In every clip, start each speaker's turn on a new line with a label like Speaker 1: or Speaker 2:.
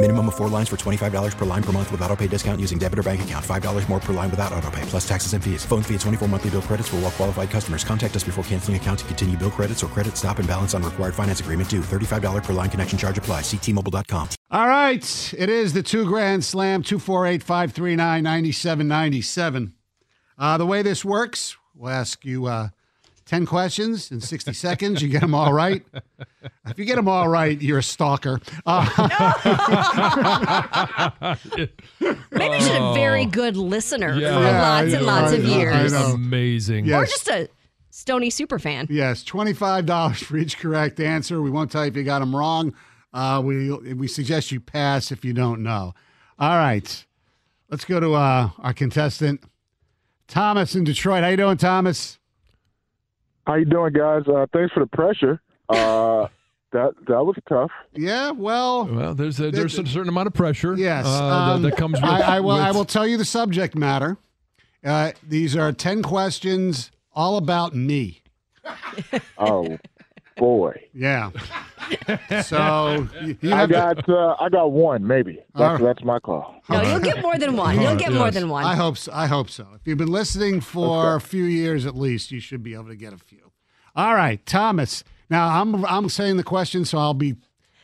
Speaker 1: Minimum of four lines for $25 per line per month with auto pay discount using debit or bank account. $5 more per line without auto pay, plus taxes and fees. Phone fee at 24 monthly bill credits for all well qualified customers. Contact us before canceling account to continue bill credits or credit stop and balance on required finance agreement due. $35 per line connection charge apply. Ctmobile.com.
Speaker 2: All right. It is the two grand slam, 248 539 9797. Uh, The way this works, we'll ask you uh, 10 questions in 60 seconds. You get them all right. If you get them all right, you're a stalker. Uh,
Speaker 3: Maybe she's a very good listener for lots and lots of years.
Speaker 2: Oh. I know.
Speaker 4: Amazing.
Speaker 2: Yeah.
Speaker 3: Or
Speaker 2: Yes.
Speaker 3: just a Stony super fan.
Speaker 2: yes, $25 for each correct answer. We won't tell you if you got them wrong. Uh, we, we suggest you pass if you don't know. All right. Let's go to uh, our contestant, Thomas in Detroit. How you doing, Thomas?
Speaker 5: How you doing, guys? Uh, thanks for the pressure. Uh, that that was tough.
Speaker 2: Yeah, well,
Speaker 4: Well, there's a, Uh, there's a certain amount of pressure.
Speaker 2: Yes,
Speaker 4: uh,
Speaker 2: um,
Speaker 4: that, that comes with.
Speaker 2: I, I will. I
Speaker 4: with-
Speaker 2: will tell you the subject matter. Uh, these are ten questions all about me.
Speaker 5: Oh boy,
Speaker 2: Yeah. so you, you
Speaker 5: I
Speaker 2: have. to-
Speaker 5: got uh, I got one maybe. That's
Speaker 2: All right.
Speaker 5: that's my call.
Speaker 3: No, you'll get more than one. You'll get more than one.
Speaker 2: I hope. So, I hope so. If you've been listening for a few years at least, you should be able to get a few. All right, Thomas. Now I'm I'm saying the question, so I'll be.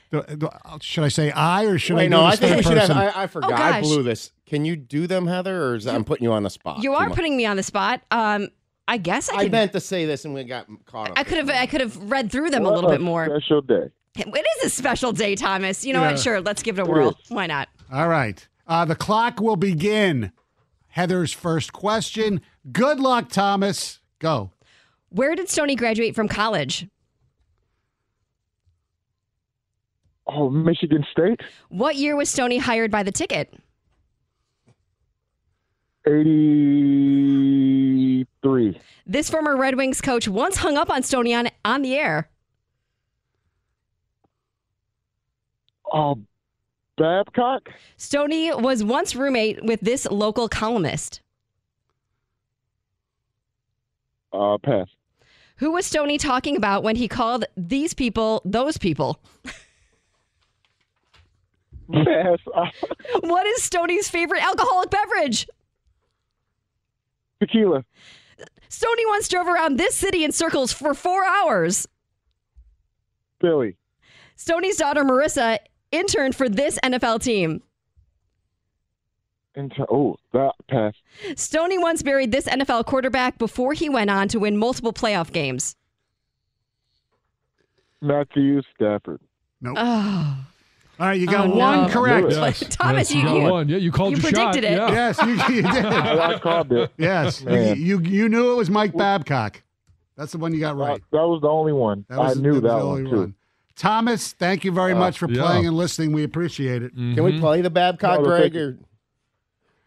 Speaker 2: the- the- Should I say I or should I?
Speaker 6: Wait,
Speaker 2: do
Speaker 6: no,
Speaker 2: this
Speaker 6: I think
Speaker 2: third
Speaker 6: we should have.
Speaker 2: person?
Speaker 6: I, I forgot. I
Speaker 3: Oh, gosh.
Speaker 6: blew this. Can you do them, Heather, or is I'm putting you on the spot?
Speaker 3: you
Speaker 6: too
Speaker 3: are
Speaker 6: much?
Speaker 3: putting me on the spot. Um, I guess I
Speaker 6: I
Speaker 3: could.
Speaker 6: meant to say this, and we got caught up.
Speaker 3: I could have. I could have read through them a little bit more.
Speaker 5: Special day.
Speaker 3: It is a special day, Thomas. You know what? Sure, let's give it a whirl. Why not?
Speaker 2: All right. Uh, the clock will begin. Heather's first question. Good luck, Thomas. Go.
Speaker 3: Where did Stony graduate from college?
Speaker 5: Oh, Michigan State,
Speaker 3: What year was Stony hired by the ticket?
Speaker 5: eighty three.
Speaker 3: This former Red Wings coach once hung up on Stony on, on the air.
Speaker 5: Oh, Babcock.
Speaker 3: Stony was once roommate with this local columnist.
Speaker 5: Uh, pass.
Speaker 3: Who was Stony talking about when he called these people those people?
Speaker 5: Pass. Uh,
Speaker 3: What is Stony's favorite alcoholic beverage?
Speaker 5: tequila.
Speaker 3: Stony once drove around this city in circles for four hours.
Speaker 5: Billy.
Speaker 3: Stony's daughter Marissa interned for this NFL team.
Speaker 5: And oh, that pass.
Speaker 3: Stony once buried this NFL quarterback before he went on to win multiple playoff games.
Speaker 5: Matthew Stafford.
Speaker 2: Nope.
Speaker 3: Oh.
Speaker 2: All right, you got
Speaker 3: Oh,
Speaker 2: one
Speaker 3: no.
Speaker 2: correct.
Speaker 5: Yes.
Speaker 4: Yes,
Speaker 3: Thomas,
Speaker 4: yes,
Speaker 3: you-
Speaker 4: got
Speaker 3: you-
Speaker 4: one. Yeah, you called
Speaker 3: you
Speaker 4: your shot.
Speaker 3: predicted it.
Speaker 4: Yeah.
Speaker 2: Yes, you, you did.
Speaker 5: I, I called it.
Speaker 2: Yes,
Speaker 5: Man.
Speaker 2: you, you you knew it was Mike Babcock. That's the one you got right.
Speaker 5: That was the only one.
Speaker 2: That was,
Speaker 5: I knew
Speaker 2: was
Speaker 5: that
Speaker 2: the
Speaker 5: one
Speaker 2: only
Speaker 5: too.
Speaker 2: Thomas, thank you very much for
Speaker 4: yeah.
Speaker 2: playing and listening. We appreciate it.
Speaker 6: Can we play the Babcock,
Speaker 5: No,
Speaker 6: Greg?
Speaker 5: thank you.
Speaker 6: Or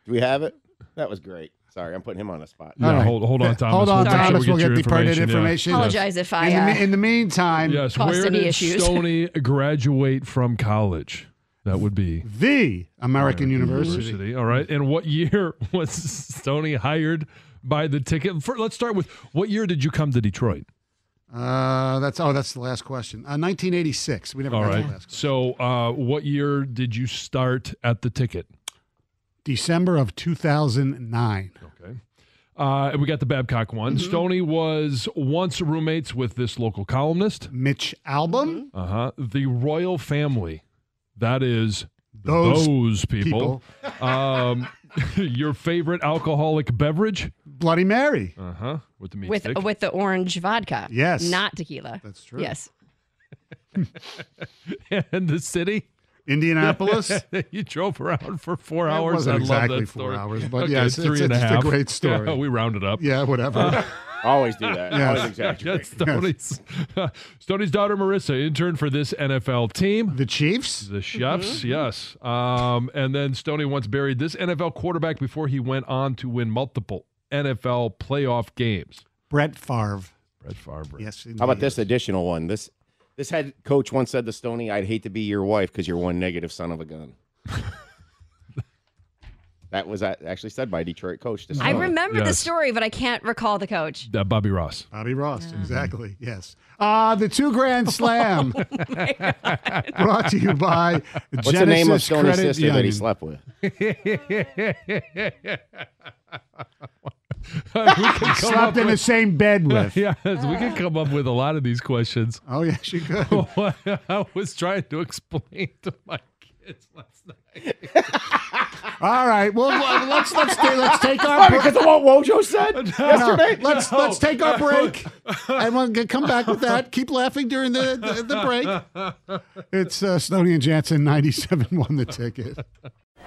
Speaker 6: do we have it? That was great. Sorry, I'm putting him on the spot.
Speaker 4: Yeah,
Speaker 2: All right.
Speaker 4: hold, hold on, Thomas.
Speaker 2: Hold on,
Speaker 4: We'll make sure
Speaker 2: Thomas.
Speaker 4: we
Speaker 2: we'll
Speaker 4: your
Speaker 2: get the pertinent
Speaker 4: yeah.
Speaker 2: information.
Speaker 3: Apologize if I.
Speaker 2: In, the,
Speaker 3: Uh,
Speaker 2: me- in the meantime,
Speaker 4: Yes,
Speaker 3: Cost
Speaker 4: where
Speaker 3: any
Speaker 4: did
Speaker 3: issues.
Speaker 4: Stoney graduate from college? That would be
Speaker 2: the American University.
Speaker 4: All right, and what year was Stoney hired by the ticket? For, let's start with what year did you come to Detroit?
Speaker 2: Uh, that's oh, that's the last question. Uh, 1986. We never
Speaker 4: All
Speaker 2: got
Speaker 4: right.
Speaker 2: to the last. Question.
Speaker 4: So, uh, what year did you start at the ticket?
Speaker 2: December of 2009.
Speaker 4: Okay. Uh, we got the Babcock one. Stoney was once roommates with this local columnist.
Speaker 2: Mitch Album.
Speaker 4: Uh huh. The royal family. That is
Speaker 2: Those
Speaker 4: those, people. um, your favorite alcoholic beverage?
Speaker 2: Bloody Mary.
Speaker 4: Uh huh. With the meat
Speaker 7: with
Speaker 4: stick.
Speaker 7: with the orange vodka.
Speaker 2: Yes.
Speaker 7: Not tequila.
Speaker 2: That's true.
Speaker 7: Yes.
Speaker 4: and the city.
Speaker 2: Indianapolis.
Speaker 4: you drove around for four
Speaker 2: It
Speaker 4: hours.
Speaker 2: wasn't
Speaker 4: I
Speaker 2: exactly
Speaker 4: love that
Speaker 2: four
Speaker 4: story.
Speaker 2: hours, but
Speaker 4: okay,
Speaker 2: yes, it's-
Speaker 4: three and a
Speaker 2: it's a
Speaker 4: half.
Speaker 2: great story.
Speaker 4: Yeah, we rounded up.
Speaker 2: yeah, whatever.
Speaker 6: Always do that.
Speaker 2: Yes.
Speaker 6: Always exaggerate.
Speaker 4: That's Stoney's, Stoney's daughter Marissa, intern for this NFL team.
Speaker 2: the Chiefs.
Speaker 4: The chefs, yes. Um, and then Stoney once buried this NFL quarterback before he went on to win multiple NFL playoff games.
Speaker 2: Brett Favre.
Speaker 4: Brett Favre.
Speaker 2: Yes.
Speaker 6: How about
Speaker 2: indeed.
Speaker 6: this additional one? This this head coach once said to Stoney, "I'd hate to be your wife because you're one negative son of a gun." that was a- actually said by a Detroit coach. To
Speaker 7: I
Speaker 6: Stoney.
Speaker 7: remember the
Speaker 4: Yes.
Speaker 7: story, but I can't recall the coach.
Speaker 4: Uh, Bobby Ross.
Speaker 2: Bobby Ross, exactly. Yes. Uh, the two grand slam brought to you by
Speaker 6: What's
Speaker 2: Genesis
Speaker 6: the name of Stoney's
Speaker 2: Credit
Speaker 6: sister that he
Speaker 2: Union.
Speaker 6: slept with?
Speaker 2: Slept in the same bed with.
Speaker 4: Yes, we could come up with a lot of these questions.
Speaker 2: Oh, yeah, she could.
Speaker 4: What I was trying to explain to my kids last night.
Speaker 2: All right. Well, well, let's let's ta- let's take our break.
Speaker 6: Because of what Wojo said yesterday.
Speaker 2: Let's let's take our break, and we'll g- come back with that. Keep laughing during the the, the break. It's uh, Snowden and Jansen, ninety-seven won the ticket.